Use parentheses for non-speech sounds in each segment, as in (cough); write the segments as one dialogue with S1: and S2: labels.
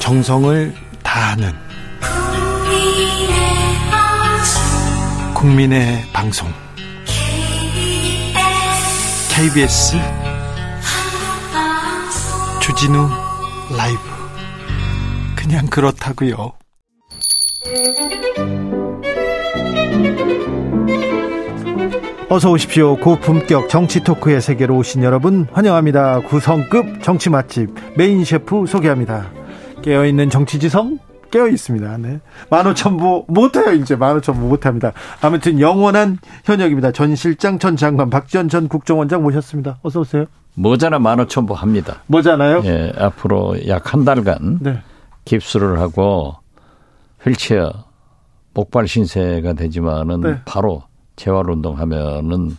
S1: 정성을 다하는 국민의 방송 KBS 주진우 라이브 그냥 그렇다고요.
S2: 어서 오십시오. 고품격 정치 토크의 세계로 오신 여러분 환영합니다. 구성급 정치 맛집 메인 셰프 소개합니다. 깨어있는 정치지성 깨어 있습니다. 네. 만오천보 못해요 이제 만오천보 못합니다. 아무튼 영원한 현역입니다. 전 실장, 전 장관, 박지원 전 국정원장 모셨습니다. 어서 오세요.
S3: 모자라 만오천보 합니다.
S2: 뭐잖아요.
S3: 예, 앞으로 약 한 달간
S2: 네.
S3: 깁스를 하고 휠체어 목발 신세가 되지만은
S2: 네.
S3: 바로 재활 운동하면은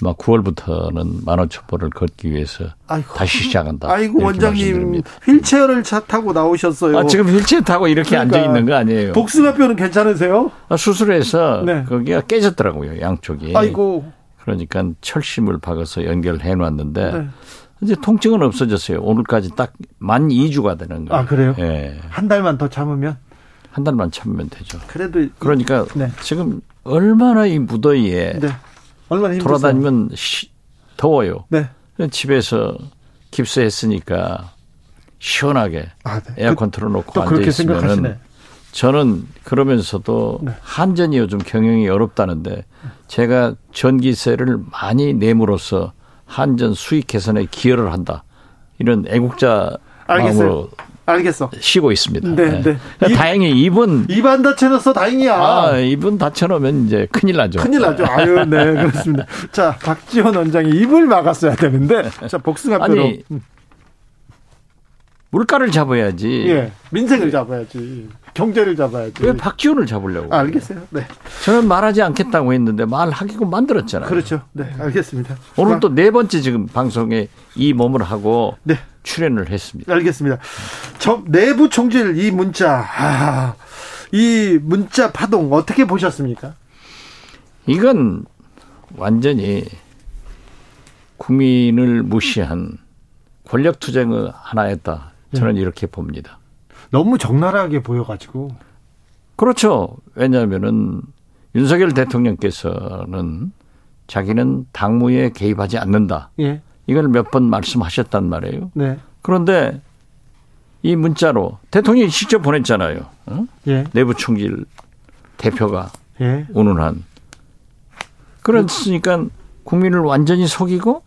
S3: 막 9월부터는 만오천보를 걷기 위해서
S2: 아이고.
S3: 다시 시작한다.
S2: 아이고
S3: 이렇게
S2: 원장님
S3: 말씀드립니다.
S2: 휠체어를 차 타고 나오셨어요.
S3: 아, 지금 휠체어 타고 이렇게
S2: 그러니까
S3: 앉아 있는 거 아니에요.
S2: 복숭아뼈는 괜찮으세요?
S3: 아, 수술해서
S2: 네.
S3: 거기가 깨졌더라고요, 양쪽이.
S2: 아이고
S3: 그러니까 철심을 박아서 연결해 놨는데
S2: 네.
S3: 이제 통증은 없어졌어요. 오늘까지 딱 만 2주가 되는 거예요.
S2: 아, 그래요?
S3: 예.
S2: 한 달만 더 참으면
S3: 한 달만 참으면 되죠.
S2: 그래도
S3: 그러니까
S2: 네.
S3: 지금 얼마나 이 무더위에
S2: 네. 얼마나 힘들어요.
S3: 돌아다니면 시- 더워요.
S2: 네.
S3: 집에서 깁스했으니까 시원하게
S2: 아, 네.
S3: 에어컨 틀어놓고
S2: 또 그렇게
S3: 앉아
S2: 생각하시네.
S3: 있으면은 저는 그러면서도
S2: 네.
S3: 한전이 요즘 경영이 어렵다는데 제가 전기세를 많이 내므로써 한전 수익 개선에 기여를 한다 이런 애국자
S2: 알겠어요.
S3: 마음으로
S2: 그, 알겠어.
S3: 쉬고 있습니다.
S2: 네,
S3: 예.
S2: 네.
S3: 그러니까
S2: 이-
S3: 다행히 이번
S2: 입안 다쳐놨어 다행이야.
S3: 아, 이분 다쳐놓으면 이제 큰일 나죠.
S2: 큰일 나죠. 아유,
S3: (laughs)
S2: 네, 그렇습니다. 자, 박지원 원장이 입을 막았어야 되는데, 자, 복숭아뼈로. 음,
S3: 아니, 물가를 잡아야지.
S2: 예, 민생을 잡아야지. 경제를 잡아야지.
S3: 왜 박지원을 잡으려고?
S2: 아, 알겠어요. 네,
S3: 저는 말하지 않겠다고 했는데 말하기고 만들었잖아요.
S2: 그렇죠. 네, 알겠습니다.
S3: 오늘
S2: 자,
S3: 또 네 번째 지금 방송에 이 몸을 하고
S2: 네,
S3: 출연을 했습니다.
S2: 알겠습니다. 저 내부 총질 이 문자, 아, 이 문자 파동 어떻게 보셨습니까?
S3: 이건 완전히 국민을 무시한 권력 투쟁의 하나였다. 저는 이렇게 봅니다.
S2: 너무 적나라하게 보여가지고.
S3: 그렇죠. 왜냐하면은 윤석열 대통령께서는 자기는 당무에 개입하지 않는다.
S2: 예,
S3: 이걸 몇 번 말씀하셨단 말이에요.
S2: 네,
S3: 그런데 이 문자로 대통령이 직접 보냈잖아요. 어?
S2: 예,
S3: 내부 총질 대표가
S2: 예.
S3: 운운한. 그러니까 국민을 완전히 속이고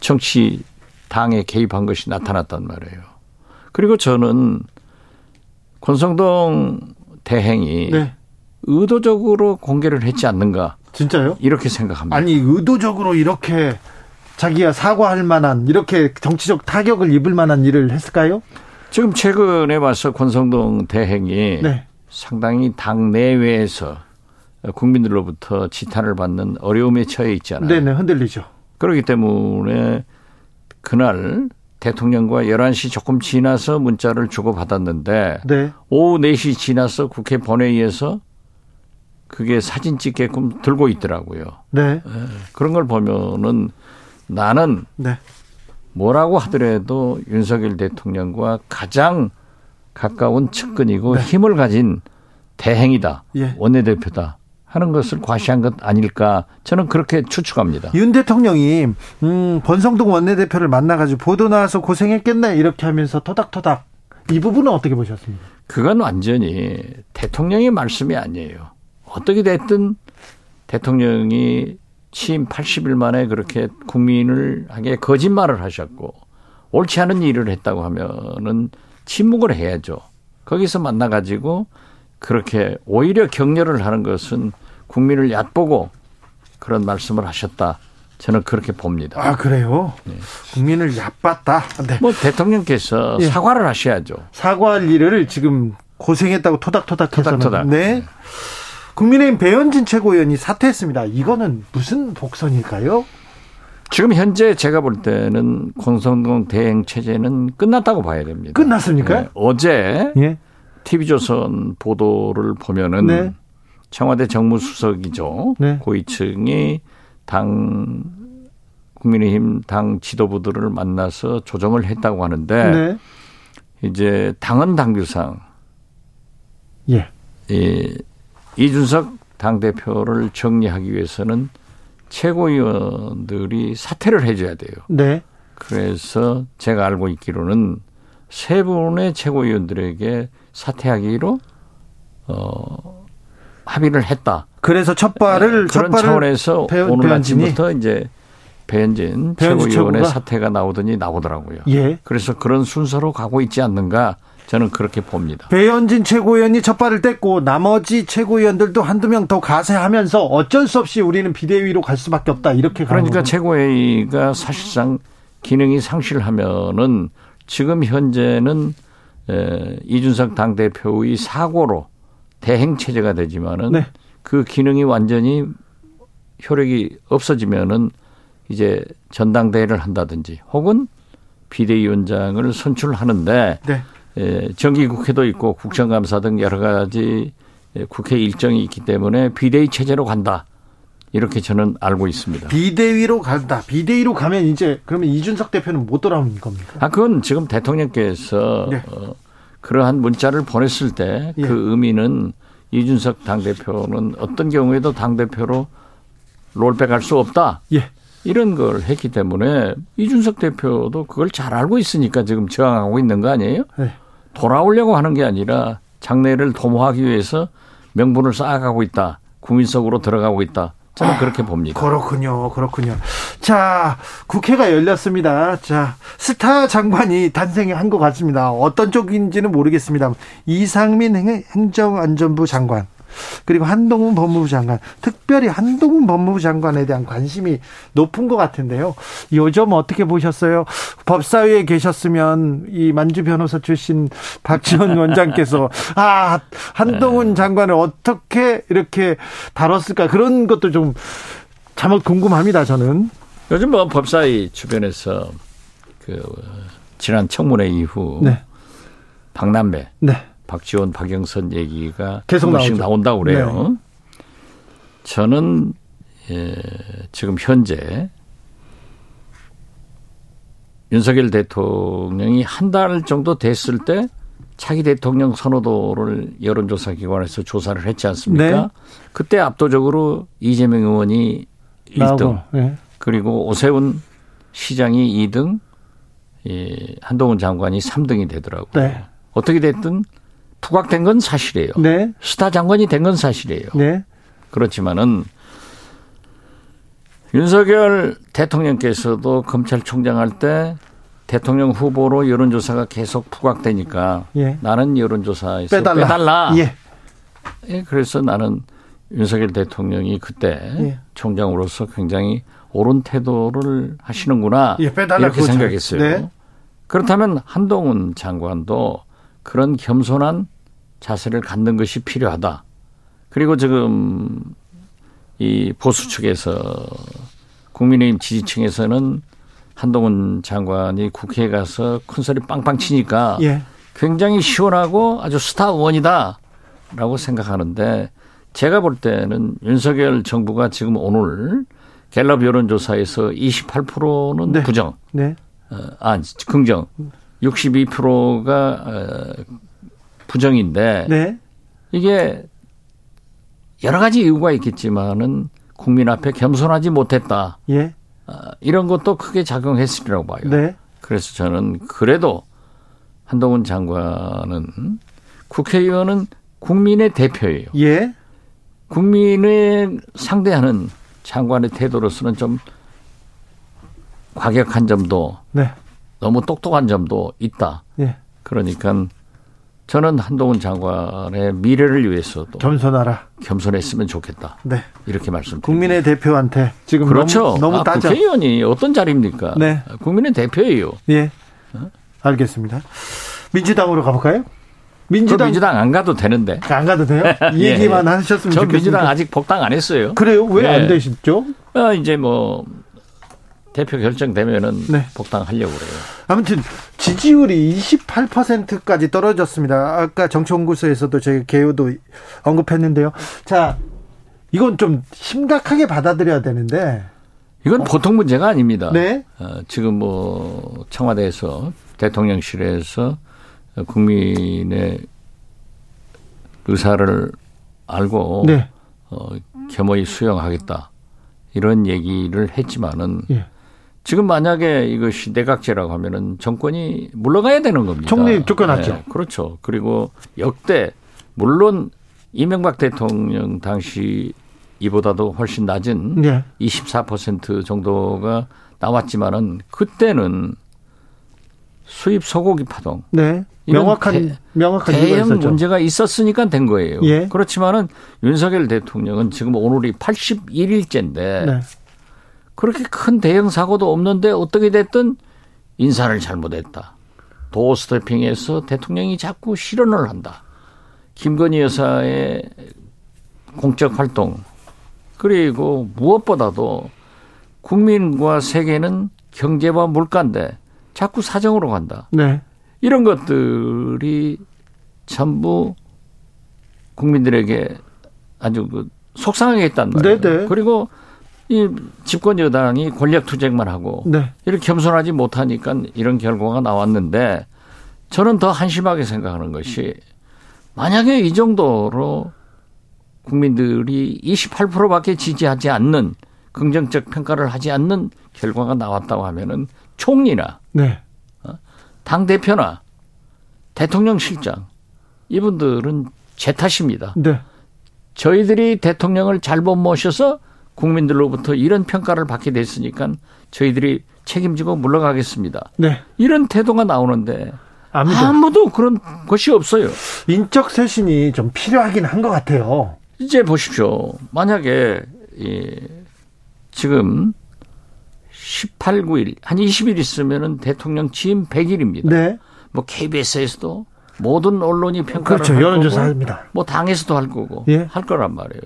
S3: 정치 당에 개입한 것이 나타났단 말이에요. 그리고 저는 권성동 대행이
S2: 네,
S3: 의도적으로 공개를 했지 않는가
S2: 진짜요?
S3: 이렇게
S2: 음.
S3: 생각합니다.
S2: 아니 의도적으로 이렇게 자기가 사과할 만한 이렇게 정치적 타격을 입을 만한 일을 했을까요?
S3: 지금 최근에 와서 권성동 대행이
S2: 네.
S3: 상당히 당 내외에서 국민들로부터 지탄을 받는 어려움에 처해 있잖아요.
S2: 네네 흔들리죠.
S3: 그렇기 때문에 그날 대통령과 11시 조금 지나서 문자를 주고받았는데
S2: 네.
S3: 오후 4시 지나서 국회 본회의에서 그게 사진 찍게끔 들고 있더라고요.
S2: 네.
S3: 그런 걸 보면은 나는
S2: 네.
S3: 뭐라고 하더라도 윤석열 대통령과 가장 가까운 측근이고 힘을 가진 대행이다.
S2: 네. 예.
S3: 원내대표다. 하는 것을 과시한 것 아닐까. 저는 그렇게 추측합니다.
S2: 윤 대통령이 음, 권성동 원내대표를 만나가지고 보도 나와서 고생했겠네 이렇게 하면서 토닥토닥 이 부분은 어떻게 보셨습니까?
S3: 그건 완전히 대통령의 말씀이 아니에요. 어떻게 됐든 대통령이 취임 80일 만에 그렇게 국민을 하게 거짓말을 하셨고 옳지 않은 일을 했다고 하면은 침묵을 해야죠. 거기서 만나 가지고 그렇게 오히려 격려를 하는 것은 국민을 얕보고 그런 말씀을 하셨다. 저는 그렇게 봅니다.
S2: 아 그래요. 국민을 얕봤다. 네.
S3: 뭐 대통령께서
S2: 예.
S3: 사과를 하셔야죠.
S2: 사과할 일을 지금 고생했다고 토닥토닥 해서는
S3: 토닥토닥.
S2: 네. 국민의힘 배현진 최고위원이 사퇴했습니다. 이거는 무슨 복선일까요?
S3: 지금 현재 제가 볼 때는 권성동 대행 체제는 끝났다고 봐야 됩니다.
S2: 끝났습니까?
S3: 네, 어제
S2: 예.
S3: TV조선 보도를 보면은
S2: 네.
S3: 청와대 정무수석이죠.
S2: 네.
S3: 고위층이 당 국민의힘 당 지도부들을 만나서 조정을 했다고 하는데
S2: 네.
S3: 이제 당헌 당규상
S2: 예.
S3: 이 이준석 당 대표를 정리하기 위해서는 최고위원들이 사퇴를 해줘야 돼요.
S2: 네.
S3: 그래서 제가 알고 있기로는 세 분의 최고위원들에게 사퇴하기로 어 합의를 했다.
S2: 그래서 첫 발을 첫
S3: 네, 그런
S2: 발을
S3: 차원에서
S2: 배-
S3: 오늘
S2: 배현진이?
S3: 아침부터 이제 배현진
S2: 배현진
S3: 최고위원의
S2: 최고가?
S3: 사태가 나오더니 나오더라고요.
S2: 예.
S3: 그래서 그런 순서로 가고 있지 않는가 저는 그렇게 봅니다.
S2: 배현진 최고위원이 첫 발을 뗐고 나머지 최고위원들도 한두 명 더 가세하면서 어쩔 수 없이 우리는 비대위로 갈 수밖에 없다. 이렇게 가는
S3: 그러니까
S2: 거군요.
S3: 최고회의가 사실상 기능이 상실하면은 지금 현재는 에, 이준석 당 대표의 사고로 대행 체제가 되지만은
S2: 네.
S3: 그 기능이 완전히 효력이 없어지면은 이제 전당대회를 한다든지 혹은 비대위원장을 선출하는데
S2: 네.
S3: 에, 정기국회도 있고 국정감사 등 여러 가지 에, 국회 일정이 있기 때문에 비대위 체제로 간다 이렇게 저는 알고 있습니다.
S2: 비대위로 간다. 비대위로 가면 이제 그러면 이준석 대표는 못 돌아오는 겁니까?
S3: 아, 그건 지금 대통령께서
S2: 네.
S3: 어, 그러한 문자를 보냈을 때 그
S2: 예.
S3: 의미는 이준석 당대표는 어떤 경우에도 당대표로 롤백할 수 없다.
S2: 예.
S3: 이런 걸 했기 때문에 이준석 대표도 그걸 잘 알고 있으니까 지금 저항하고 있는 거 아니에요?
S2: 네.
S3: 돌아오려고 하는 게 아니라 장래를 도모하기 위해서 명분을 쌓아가고 있다. 국민 속으로 들어가고 있다. 저는 그렇게 봅니다.
S2: 그렇군요. 그렇군요. 자, 국회가 열렸습니다. 자, 스타 장관이 탄생한 것 같습니다. 어떤 쪽인지는 모르겠습니다. 이상민 행- 행정안전부 장관. 그리고 한동훈 법무부 장관, 특별히 한동훈 법무부 장관에 대한 관심이 높은 것 같은데요. 요즘 어떻게 보셨어요? 법사위에 계셨으면 이 만주 변호사 출신
S3: (laughs)
S2: 박지원 원장께서 아
S3: 네.
S2: 한동훈 장관을 어떻게 이렇게 다뤘을까 그런 것도 좀 잠옷 궁금합니다. 저는
S3: 요즘 뭐 법사위 주변에서 그 지난 청문회 이후
S2: 네,
S3: 박남배,
S2: 네,
S3: 박지원, 박영선 얘기가
S2: 계속
S3: 한 번씩
S2: 나오죠. 네.
S3: 나온다고 그래요. 저는 예, 지금 현재 윤석열 대통령이 한 달 정도 됐을 때 차기 대통령 선호도를 여론조사 기관에서 조사를 했지 않습니까?
S2: 네.
S3: 그때 압도적으로 이재명 의원이 1등,
S2: 네.
S3: 그리고 오세훈 시장이 2등, 예, 한동훈 장관이 3등이 되더라고요.
S2: 네,
S3: 어떻게 됐든 부각된 건 사실이에요.
S2: 네,
S3: 스타 장관이 된 건 사실이에요.
S2: 네,
S3: 그렇지만은 윤석열 대통령께서도 검찰총장 할 때 대통령 후보로 여론조사가 계속 부각되니까
S2: 예.
S3: 나는 여론조사에서
S2: 빼달라.
S3: 빼달라. 아.
S2: 예,
S3: 예, 그래서 나는 윤석열 대통령이 그때
S2: 예.
S3: 총장으로서 굉장히 옳은 태도를 하시는구나
S2: 예, 빼달라
S3: 이렇게
S2: 그거죠.
S3: 생각했어요.
S2: 네.
S3: 그렇다면 한동훈 장관도 그런 겸손한 자세를 갖는 것이 필요하다. 그리고 지금 이 보수 측에서 국민의힘 지지층에서는 한동훈 장관이 국회에 가서 큰 소리 빵빵 치니까
S2: 예.
S3: 굉장히 시원하고 아주 스타 의원이다라고 생각하는데 제가 볼 때는 윤석열 정부가 지금 오늘 갤럽 여론조사에서 28%는
S2: 네.
S3: 부정,
S2: 네,
S3: 어, 아 긍정, 62%가 어, 부정인데
S2: 네,
S3: 이게 여러 가지 이유가 있겠지만은 국민 앞에 겸손하지 못했다
S2: 예,
S3: 아, 이런 것도 크게 작용했으리라고 봐요.
S2: 네,
S3: 그래서 저는 그래도 한동훈 장관은 국회의원은 국민의 대표예요.
S2: 예,
S3: 국민을 상대하는 장관의 태도로서는 좀 과격한 점도
S2: 네,
S3: 너무 똑똑한 점도 있다.
S2: 예.
S3: 그러니까 저는 한동훈 장관의 미래를 위해서도
S2: 겸손하라.
S3: 겸손했으면 좋겠다.
S2: 네,
S3: 이렇게 말씀드립니다.
S2: 국민의 대표한테 지금
S3: 네. 그렇죠.
S2: 너무, 너무
S3: 아,
S2: 따져.
S3: 국회의원이 어떤 자리입니까?
S2: 네.
S3: 국민의 대표예요.
S2: 예.
S3: 어?
S2: 알겠습니다. 민주당으로 가볼까요?
S3: 그
S2: 민주당,
S3: 민주당 안 가도 되는데.
S2: 안 가도 돼요? 이
S3: (laughs) 예,
S2: 얘기만
S3: 예.
S2: 하셨으면
S3: 저
S2: 좋겠습니다.
S3: 민주당 아직 복당 안 했어요.
S2: 그래요? 왜 안
S3: 예.
S2: 되시죠?
S3: 아, 이제 뭐 대표 결정되면은
S2: 네.
S3: 복당하려고 그래요.
S2: 아무튼 지지율이 28%까지 떨어졌습니다. 아까 정치연구소에서도 저희 개요도 언급했는데요. 자, 이건 좀 심각하게 받아들여야 되는데.
S3: 이건 보통 문제가 아닙니다.
S2: 네.
S3: 어, 지금 뭐 청와대에서 대통령실에서 국민의 의사를 알고
S2: 네.
S3: 어, 겸허히 수용하겠다 이런 얘기를 했지만은
S2: 예.
S3: 지금 만약에 이것이 내각제라고 하면은 정권이 물러가야 되는 겁니다.
S2: 총리 쫓겨났죠.
S3: 그렇죠. 그리고 역대 물론 이명박 대통령 당시 이보다도 훨씬 낮은
S2: 예.
S3: 24% 정도가 나왔지만은 그때는 수입 소고기 파동
S2: 네.
S3: 이건
S2: 명확한
S3: 대-
S2: 명확한 이유가
S3: 대형
S2: 있었죠.
S3: 문제가 있었으니까 된 거예요.
S2: 예.
S3: 그렇지만은 윤석열 대통령은 지금 오늘이 81일째인데
S2: 네.
S3: 그렇게 큰 대형 사고도 없는데 어떻게 됐든 인사를 잘못했다. 도어 스태핑에서 대통령이 자꾸 실언을 한다. 김건희 여사의 공적 활동 그리고 무엇보다도 국민과 세계는 경제와 물가인데 자꾸 사정으로 간다.
S2: 네.
S3: 이런 것들이 전부 국민들에게 아주 그 속상하게 했단 말이에요.
S2: 네네.
S3: 그리고 이 집권 여당이 권력 투쟁만 하고
S2: 네.
S3: 이렇게 겸손하지 못하니까 이런 결과가 나왔는데 저는 더 한심하게 생각하는 것이 만약에 이 정도로 국민들이 28%밖에 지지하지 않는 긍정적 평가를 하지 않는 결과가 나왔다고 하면은 총리나
S2: 네.
S3: 당 대표나 대통령 실장 이분들은 제 탓입니다.
S2: 네.
S3: 저희들이 대통령을 잘못 모셔서 국민들로부터 이런 평가를 받게 됐으니까 저희들이 책임지고 물러가겠습니다.
S2: 네.
S3: 이런 태도가 나오는데
S2: 아무도
S3: 아무도 그런 것이 없어요.
S2: 인적 쇄신이 좀 필요하긴 한 것 같아요.
S3: 이제 보십시오. 만약에 이 지금 18, 9일 한 20일 있으면은 대통령 취임 100일입니다.
S2: 네.
S3: 뭐 KBS에서도 모든 언론이 평가를
S2: 그렇죠.
S3: 할
S2: 여론조사
S3: 거고,
S2: 합니다.
S3: 뭐 당에서도 할 거고
S2: 예.
S3: 할 거란 말이에요.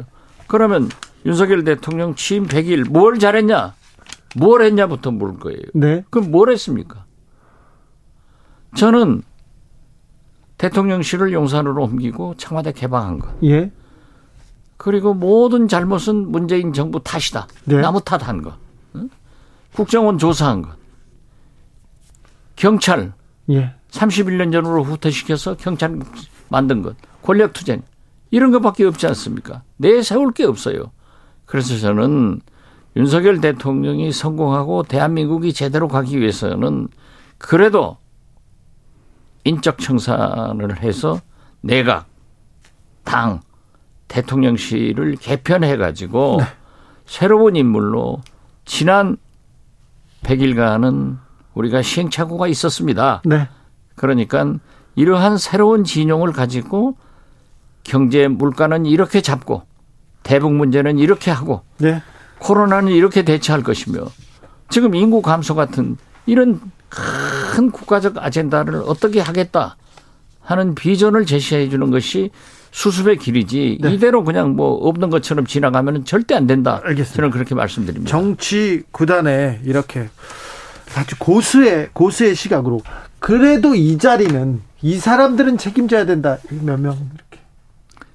S3: 그러면 윤석열 대통령 취임 100일 뭘 잘했냐? 뭘 했냐부터 물을 거예요.
S2: 네.
S3: 그럼 뭘 했습니까? 저는 대통령실을 용산으로 옮기고 청와대 개방한 것.
S2: 예.
S3: 그리고 모든 잘못은 문재인 정부 탓이다.
S2: 네.
S3: 나무 탓한 것. 응? 국정원 조사한 것. 경찰
S2: 예.
S3: 31년 전으로 후퇴시켜서 경찰 만든 것, 권력투쟁 이런 것밖에 없지 않습니까? 내세울 게 없어요. 그래서 저는 윤석열 대통령이 성공하고 대한민국이 제대로 가기 위해서는 그래도 인적 청산을 해서 내각, 당, 대통령실을 개편해 가지고 새로운 인물로 지난 100일간은 우리가 시행착오가 있었습니다.
S2: 네.
S3: 그러니까 이러한 새로운 진용을 가지고 경제 물가는 이렇게 잡고 대북 문제는 이렇게 하고
S2: 네.
S3: 코로나는 이렇게 대처할 것이며 지금 인구 감소 같은 이런 큰 국가적 아젠다를 어떻게 하겠다 하는 비전을 제시해 주는 것이 수습의 길이지 이대로 그냥 뭐 없는 것처럼 지나가면 절대 안 된다.
S2: 네. 알겠습니다.
S3: 저는 그렇게 말씀드립니다.
S2: 정치 구단에 이렇게 아주 고수의 고수의 시각으로 그래도 이 자리는 이 사람들은 책임져야 된다. 몇 명 이렇게.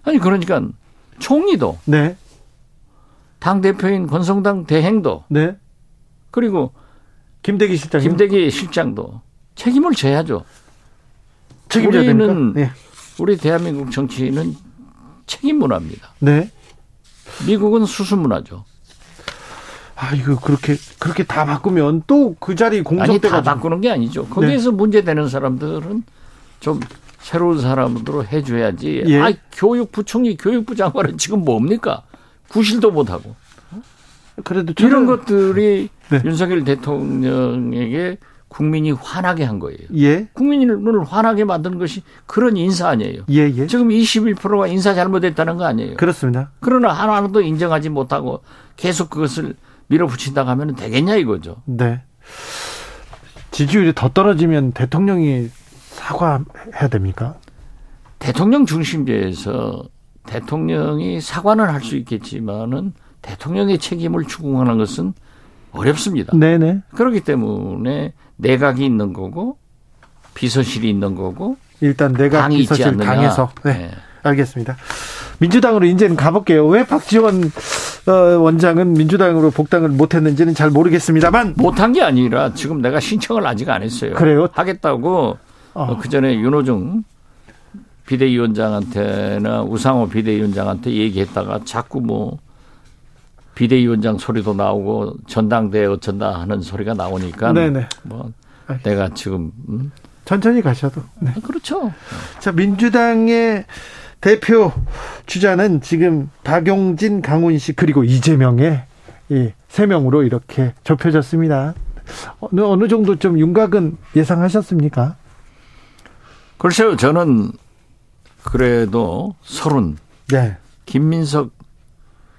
S3: 아니 그러니까 총리도
S2: 네.
S3: 당 대표인 권성당 대행도
S2: 네.
S3: 그리고
S2: 김대기 실장님
S3: 김대기 실장도 책임을 져야죠.
S2: 책임져야 됩니까?
S3: 우리는-
S2: 네.
S3: 우리 대한민국 정치인은 책임 문화입니다.
S2: 네.
S3: 미국은 수수 문화죠.
S2: 아 이거 그렇게 그렇게 다 바꾸면 또 그 자리
S3: 아니 다
S2: 공석대가
S3: 바꾸는 게
S2: 네.
S3: 아니죠. 거기에서 문제되는 사람들은 좀 새로운 사람으로 해줘야지.
S2: 예.
S3: 아 교육부총리, 교육부 장관은 지금 뭡니까? 구실도 못하고
S2: 그래도
S3: 이런
S2: 저는-
S3: 것들이
S2: 네.
S3: 윤석열 대통령에게 국민이 화나게 한 거예요.
S2: 예.
S3: 국민을 화나게 만든 것이 그런 인사 아니에요.
S2: 예, 예.
S3: 지금 21%가 인사 잘못했다는 거 아니에요.
S2: 그렇습니다.
S3: 그러나 하나도 인정하지 못하고 계속 그것을 밀어붙인다고 하면 되겠냐 이거죠.
S2: 네. 지지율이 더 떨어지면 대통령이 사과해야 됩니까?
S3: 대통령 중심제에서 대통령이 사과는 할 수 있겠지만은 대통령의 책임을 추궁하는 것은 어렵습니다.
S2: 네, 네.
S3: 그렇기 때문에 내각이 있는 거고 비서실이 있는 거고
S2: 일단 내가
S3: 당이 있지
S2: 비서실
S3: 않느냐.
S2: 당에서 네.
S3: 네.
S2: 알겠습니다. 민주당으로 이제는 가볼게요. 왜 박지원 어, 원장은 민주당으로 복당을 못했는지는 잘 모르겠습니다만
S3: 못한 게 아니라 지금 내가 신청을 아직 안 했어요.
S2: 그래요?
S3: 하겠다고
S2: 어.
S3: 그 전에 윤호중 비대위원장한테나 우상호 비대위원장한테 얘기했다가 자꾸 뭐 비대위원장 소리도 나오고 전당대회 어쩐다 하는 소리가 나오니까
S2: 네네.
S3: 뭐 내가 지금 음?
S2: 천천히 가셔도. 네.
S3: 아, 그렇죠.
S2: 자, 민주당의 대표 주자는 지금 박용진, 강훈식 그리고 이재명의 이세 명으로 이렇게 좁혀졌습니다. 어느 어느 정도 좀 윤곽은 예상하셨습니까?
S3: 글쎄요, 저는 그래도 서른
S2: 네.
S3: 김민석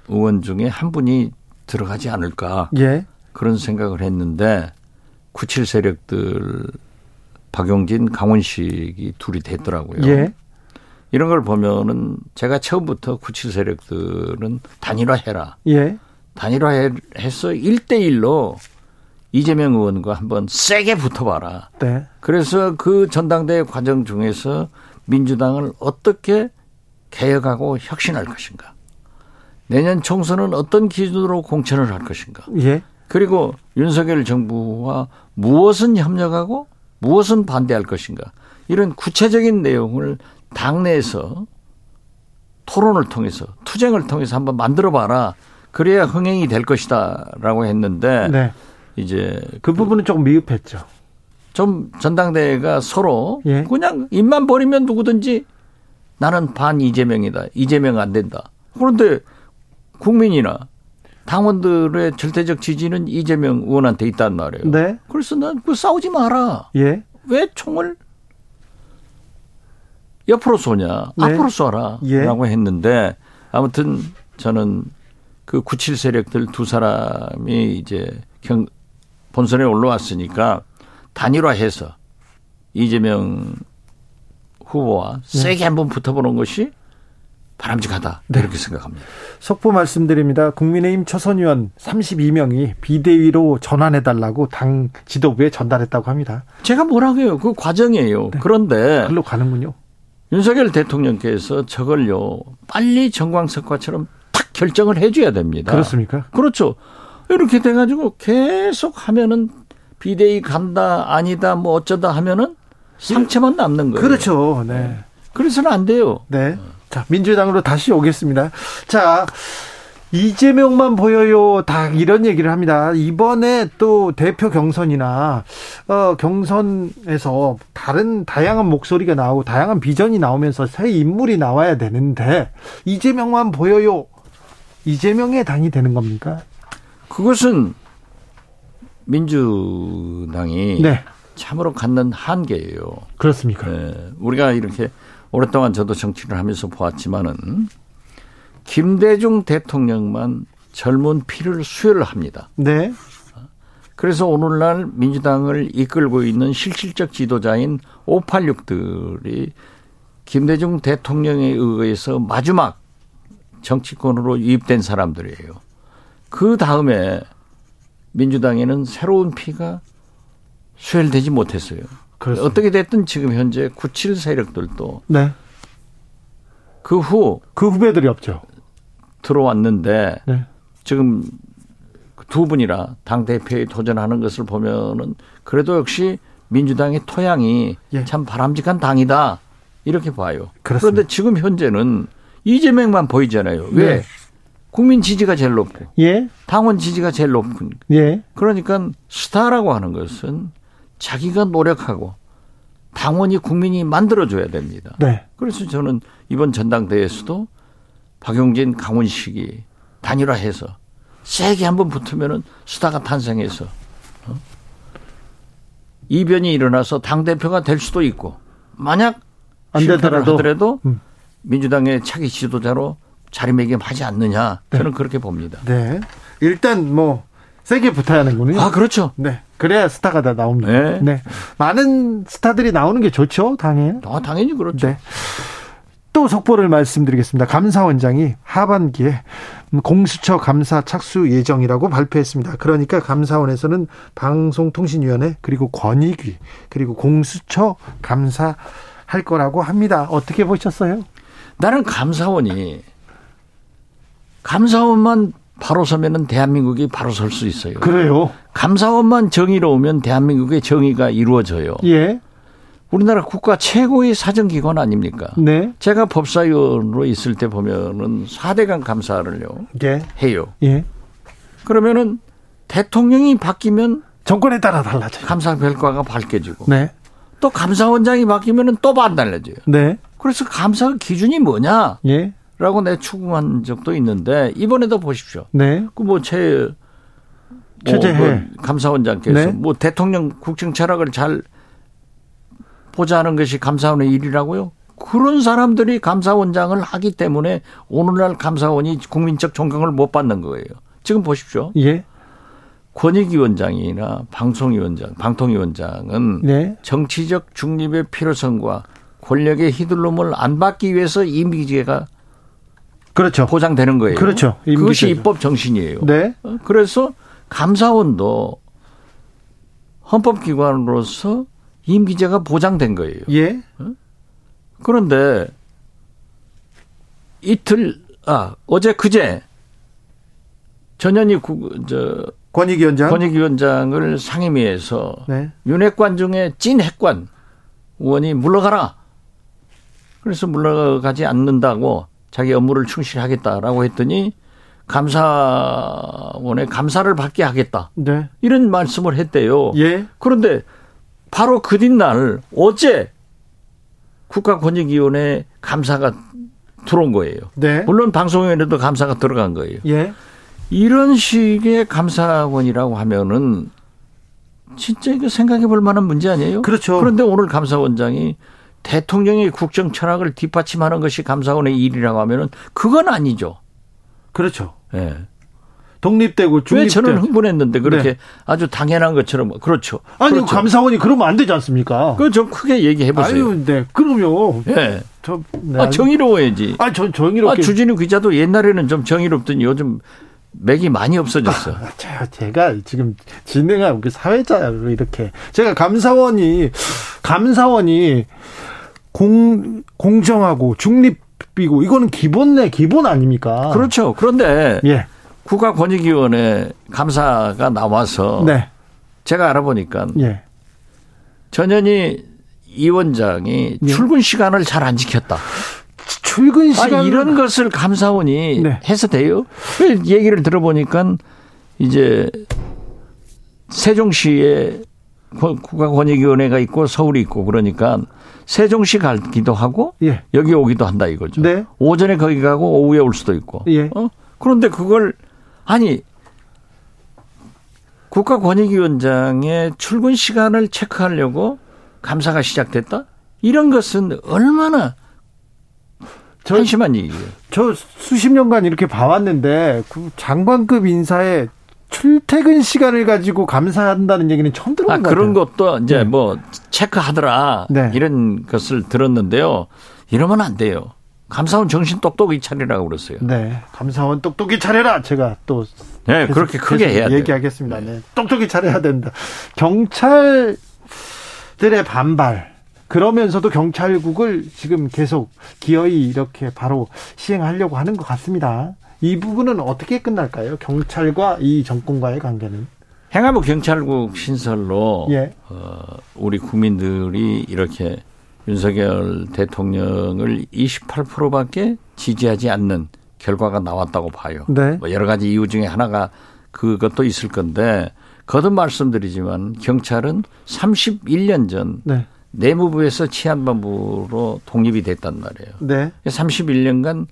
S3: 의원 중에 한 분이 들어가지 않을까
S2: 예.
S3: 그런 생각을 했는데 97 세력들 박용진, 강원식이 둘이 됐더라고요.
S2: 예.
S3: 이런 걸 보면은 제가 처음부터 97 세력들은 단일화해라.
S2: 예.
S3: 단일화해서 1대1로 이재명 의원과 한번 세게 붙어봐라.
S2: 네.
S3: 그래서 그 전당대회 과정 중에서 민주당을 어떻게 개혁하고 혁신할 것인가. 내년 총선은 어떤 기준으로 공천을 할 것인가.
S2: 예.
S3: 그리고 윤석열 정부와 무엇은 협력하고 무엇은 반대할 것인가. 이런 구체적인 내용을 당내에서 토론을 통해서 투쟁을 통해서 한번 만들어 봐라. 그래야 흥행이 될 것이다라고 했는데
S2: 네.
S3: 이제
S2: 그 부분은 조금 미흡했죠.
S3: 좀 전당대회가 서로
S2: 예.
S3: 그냥 입만 버리면 누구든지 나는 반 이재명이다. 이재명 안 된다. 그런데 국민이나 당원들의 절대적 지지는 이재명 의원한테 있단 말이에요.
S2: 네.
S3: 그래서 난그 싸우지 마라.
S2: 예.
S3: 왜 총을 옆으로 쏘냐?
S2: 네.
S3: 앞으로 쏘라.
S2: 예.
S3: 라고 했는데 아무튼 저는 그 97 세력들 두 사람이 이제 경, 본선에 올라왔으니까 단일화해서 이재명 후보와
S2: 네.
S3: 세게 한번 붙어보는 것이 바람직하다. 이렇게 생각합니다.
S2: 속보 말씀드립니다. 국민의힘 초선 의원 32명이 비대위로 전환해 달라고 당 지도부에 전달했다고 합니다.
S3: 제가 뭐라고 해요. 그 과정이에요.
S2: 네.
S3: 그런데
S2: 글로 가는군요.
S3: 윤석열 대통령께서 저걸요 빨리 정광석화처럼 탁 결정을 해줘야 됩니다.
S2: 그렇습니까?
S3: 그렇죠. 이렇게 돼가지고 계속 하면은 비대위 간다 아니다 뭐 어쩌다 하면은 상처만 남는 거예요.
S2: 그렇죠. 네.
S3: 그래서는 안 돼요.
S2: 네. 자, 민주당으로 다시 오겠습니다. 자, 이재명만 보여요. 다 이런 얘기를 합니다. 이번에 또 대표 경선이나, 어, 경선에서 다른, 다양한 목소리가 나오고, 다양한 비전이 나오면서 새 인물이 나와야 되는데, 이재명만 보여요. 이재명의 당이 되는 겁니까?
S3: 그것은 민주당이
S2: 네.
S3: 참으로 갖는 한계예요.
S2: 그렇습니까?
S3: 예, 우리가 이렇게 오랫동안 저도 정치를 하면서 보았지만은 김대중 대통령만 젊은 피를 수혈을 합니다.
S2: 네.
S3: 그래서 오늘날 민주당을 이끌고 있는 실질적 지도자인 586들이 김대중 대통령에 의해서 마지막 정치권으로 유입된 사람들이에요. 그 다음에 민주당에는 새로운 피가 수혈되지 못했어요.
S2: 그렇습니다.
S3: 어떻게 됐든 지금 현재 97 세력들도
S2: 네.
S3: 그 후
S2: 그 후배들이 없죠.
S3: 들어왔는데
S2: 네.
S3: 지금 두 분이라 당 대표에 도전하는 것을 보면은 그래도 역시 민주당의 토양이
S2: 예.
S3: 참 바람직한 당이다 이렇게 봐요.
S2: 그렇습니다.
S3: 런데 지금 현재는 이재명만 보이잖아요. 왜
S2: 네.
S3: 국민 지지가 제일 높고
S2: 예.
S3: 당원 지지가 제일 높은
S2: 예.
S3: 그러니까 스타라고 하는 것은 자기가 노력하고 당원이 국민이 만들어줘야 됩니다.
S2: 네.
S3: 그래서 저는 이번 전당대회에서도 박용진, 강훈식이 단일화해서 세게 한번 붙으면은 수다가 탄생해서 어? 이변이 일어나서 당 대표가 될 수도 있고 만약
S2: 안
S3: 실패를
S2: 되더라도.
S3: 하더라도
S2: 음.
S3: 민주당의 차기 지도자로 자리매김하지 않느냐 저는 그렇게 봅니다.
S2: 네. 일단 뭐 세게 붙어야 하는군요.
S3: 아 그렇죠.
S2: 네. 그래야 스타가 다 나옵니다.
S3: 네.
S2: 많은 스타들이 나오는 게 좋죠, 당연히.
S3: 아, 당연히 그렇죠.
S2: 네. 또 속보를 말씀드리겠습니다. 감사원장이 하반기에 공수처 감사 착수 예정이라고 발표했습니다. 그러니까 감사원에서는 방송통신위원회 그리고 권익위 그리고 공수처 감사 할 거라고 합니다. 어떻게 보셨어요?
S3: 나는 감사원이 감사원만 바로 서면은 대한민국이 바로 설 수 있어요.
S2: 그렇죠. 그래요.
S3: 감사원만 정의로우면 대한민국의 정의가 이루어져요.
S2: 예.
S3: 우리나라 국가 최고의 사정기관 아닙니까?
S2: 네.
S3: 제가 법사위원으로 있을 때 보면은 4대강 감사를요
S2: 예.
S3: 해요.
S2: 예.
S3: 그러면은 대통령이 바뀌면
S2: 정권에 따라 달라져요.
S3: 감사 결과가 밝혀지고
S2: 네.
S3: 또 감사원장이 바뀌면은 또 반달라져요.
S2: 네.
S3: 그래서 감사 기준이 뭐냐라고
S2: 예.
S3: 내 추궁한 적도 있는데 이번에도 보십시오.
S2: 네.
S3: 그뭐최 뭐
S2: 최재해.
S3: 감사원장께서
S2: 네.
S3: 뭐 대통령 국정 철학을 잘 보자는 것이 감사원의 일이라고요. 그런 사람들이 감사원장을 하기 때문에 오늘날 감사원이 국민적 존경을 못 받는 거예요. 지금 보십시오.
S2: 예.
S3: 권익위원장이나 방송위원장, 방통위원장은
S2: 네.
S3: 정치적 중립의 필요성과 권력의 휘둘름을 안 받기 위해서 임기제가
S2: 그렇죠.
S3: 보장되는 거예요.
S2: 그렇죠. 임기제죠.
S3: 그것이 입법 정신이에요.
S2: 네.
S3: 어, 그래서 감사원도 헌법기관으로서 임기제가 보장된 거예요.
S2: 예.
S3: 그런데 이틀 아 어제 그제 전현희 국, 저
S2: 권익위원장.
S3: 권익위원장을 상임위에서
S2: 네.
S3: 윤핵관 중에 찐 핵관 의원이 물러가라. 그래서 물러가지 않는다고 자기 업무를 충실히 하겠다라고 했더니 감사원에 감사를 받게 하겠다.
S2: 네.
S3: 이런 말씀을 했대요.
S2: 예.
S3: 그런데 바로 그 뒷날 어제 국가권익위원회 감사가 들어온 거예요.
S2: 네.
S3: 물론 방송위원회도 감사가 들어간 거예요.
S2: 예.
S3: 이런 식의 감사원이라고 하면은 진짜 이거 생각해 볼 만한 문제 아니에요?
S2: 그렇죠.
S3: 그런데 오늘 감사원장이 대통령의 국정 철학을 뒷받침하는 것이 감사원의 일이라고 하면은 그건 아니죠.
S2: 그렇죠.
S3: 예.
S2: 독립되고
S3: 왜
S2: 중립되고.
S3: 저는 흥분했는데 그렇게
S2: 네.
S3: 아주 당연한 것처럼 그렇죠.
S2: 아니
S3: 그렇죠.
S2: 감사원이 그러면 안 되지 않습니까?
S3: 그거 좀 크게 얘기해 보세요.
S2: 아유, 네. 그럼요.
S3: 예.
S2: 저 네.
S3: 아, 정의로워야지.
S2: 아, 저
S3: 아,
S2: 정의롭게
S3: 주진우 기자도 옛날에는 좀 정의롭더니 요즘 맥이 많이
S2: (laughs)
S3: 없어졌어.
S2: 아, 제- 제가 지금 진행하고 그 사회자로 이렇게 제가 감사원이 감사원이 공 공정하고 중립이고 이거는 기본 내 기본 아닙니까?
S3: 그렇죠. 그런데
S2: 예.
S3: 국가권익위원회 감사가 나와서
S2: 네.
S3: 제가 알아보니까
S2: 예.
S3: 전현희 이 원장이
S2: 예.
S3: 출근 시간을 잘 안 지켰다.
S2: 출근
S3: 아니,
S2: 시간
S3: 이런 것을 감사원이
S2: 네.
S3: 해서 돼요? 그 얘기를 들어보니까 이제 세종시에 권- 국가권익위원회가 있고 서울이 있고 그러니까 세종시 가기도 하고
S2: 예.
S3: 여기 오기도 한다 이거죠.
S2: 네.
S3: 오전에 거기 가고 오후에 올 수도 있고.
S2: 예.
S3: 어? 그런데 그걸 아니 국가권익위원장의 출근 시간을 체크하려고 감사가 시작됐다? 이런 것은 얼마나
S2: 저-
S3: 한심한 얘기예요.
S2: 저 수십 년간 이렇게 봐왔는데 그 장관급 인사에 출퇴근 시간을 가지고 감사한다는 얘기는 처음
S3: 아,
S2: 들어본 것
S3: 그런
S2: 같아요.
S3: 것도 이제 뭐 체크하더라
S2: 네.
S3: 이런 것을 들었는데요. 이러면 안 돼요. 감사원 정신 똑똑히 차리라고 그랬어요.
S2: 네, 감사원 똑똑히 차려라. 제가 또
S3: 네,
S2: 계속-
S3: 그렇게 크게
S2: 계속
S3: 해야 돼요.
S2: 얘기하겠습니다. 네. 똑똑히 차려야 된다. 경찰들의 반발. 그러면서도 경찰국을 지금 계속 기어이 이렇게 바로 시행하려고 하는 것 같습니다. 이 부분은 어떻게 끝날까요? 경찰과 이 정권과의 관계는.
S3: 행안부 경찰국 신설로
S2: 예.
S3: 어, 우리 국민들이 이렇게 윤석열 대통령을 28%밖에 지지하지 않는 결과가 나왔다고 봐요.
S2: 네.
S3: 뭐 여러 가지 이유 중에 하나가 그것도 있을 건데 거듭 말씀드리지만 경찰은 31년 전
S2: 네.
S3: 내무부에서 치안반부로 독립이 됐단 말이에요.
S2: 네.
S3: 31년간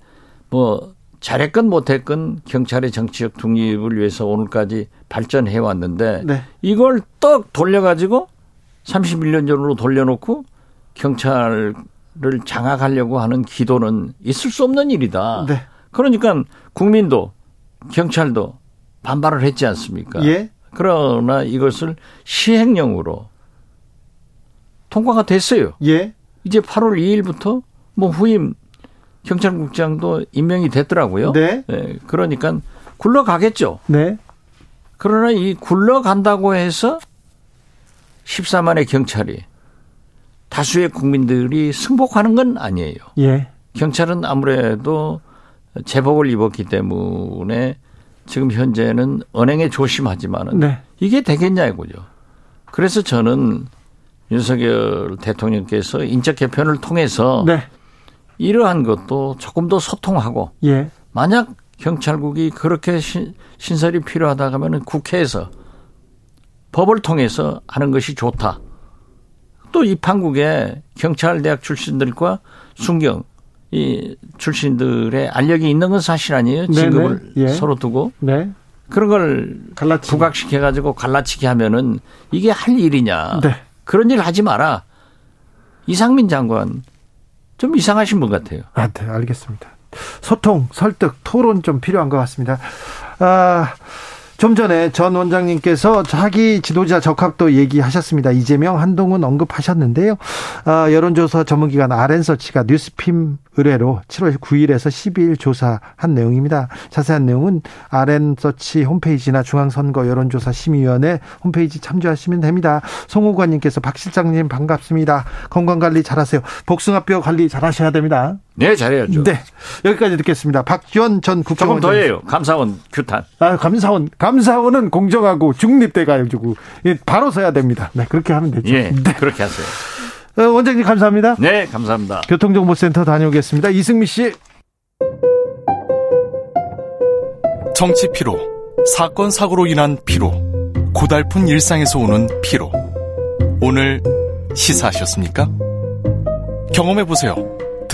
S3: 뭐 잘했건 못했건 경찰의 정치적 독립을 위해서 오늘까지 발전해 왔는데
S2: 네.
S3: 이걸 떡 돌려가지고 31년 전으로 돌려놓고 경찰을 장악하려고 하는 기도는 있을 수 없는 일이다.
S2: 네.
S3: 그러니까 국민도 경찰도 반발을 했지 않습니까?
S2: 예.
S3: 그러나 이것을 시행령으로 통과가 됐어요.
S2: 예.
S3: 이제 8월 2일부터 뭐 후임 경찰국장도 임명이 됐더라고요.
S2: 네.
S3: 예, 그러니까 굴러가겠죠.
S2: 네.
S3: 그러나 이 굴러간다고 해서 14만의 경찰이 다수의 국민들이 승복하는 건 아니에요.
S2: 예.
S3: 경찰은 아무래도 제복을 입었기 때문에 지금 현재는 언행에 조심하지만은
S2: 네.
S3: 이게 되겠냐 이거죠. 그래서 저는 윤석열 대통령께서 인적 개편을 통해서
S2: 네.
S3: 이러한 것도 조금 더 소통하고
S2: 예.
S3: 만약 경찰국이 그렇게 신, 신설이 필요하다 하면은 국회에서 법을 통해서 하는 것이 좋다. 또 입항국에 경찰대학 출신들과 순경 이 출신들의 안력이 있는 건 사실 아니에요.
S2: 네네.
S3: 직업을
S2: 예.
S3: 서로 두고
S2: 네.
S3: 그런 걸
S2: 갈라치.
S3: 부각시켜 가지고 갈라치기 하면은 이게 할 일이냐.
S2: 네.
S3: 그런 일 하지 마라. 이상민 장관 좀 이상하신 분 같아요.
S2: 아, 네, 알겠습니다. 소통, 설득, 토론 좀 필요한 것 같습니다. 아, 좀 전에 전 원장님께서 자기 지도자 적합도 얘기하셨습니다. 이재명, 한동훈 언급하셨는데요. 아, 여론조사 전문기관 아랜서치가 뉴스핌 의뢰로 7월 9일에서 12일 조사한 내용입니다. 자세한 내용은 아랜서치 홈페이지나 중앙선거 여론조사 심의위원회 홈페이지 참조하시면 됩니다. 송호관님께서 박 실장님 반갑습니다. 건강관리 잘하세요. 복숭아뼈 관리 잘하셔야 됩니다.
S3: 네, 잘해야죠.
S2: 네. 여기까지 듣겠습니다. 박지원 전
S3: 조금
S2: 국정원.
S3: 더 해요. 감사원 규탄.
S2: 아, 감사원. 감사원은 공정하고 중립돼가지고, 예, 바로 서야 됩니다. 네, 그렇게 하면 되죠.
S3: 예, 그렇게 하세요.
S2: 어, 원장님 감사합니다.
S3: 네, 감사합니다.
S2: 교통정보센터 다녀오겠습니다. 이승미 씨.
S1: 정치 피로, 사건 사고로 인한 피로, 고달픈 일상에서 오는 피로. 오늘 시사하셨습니까? 경험해 보세요.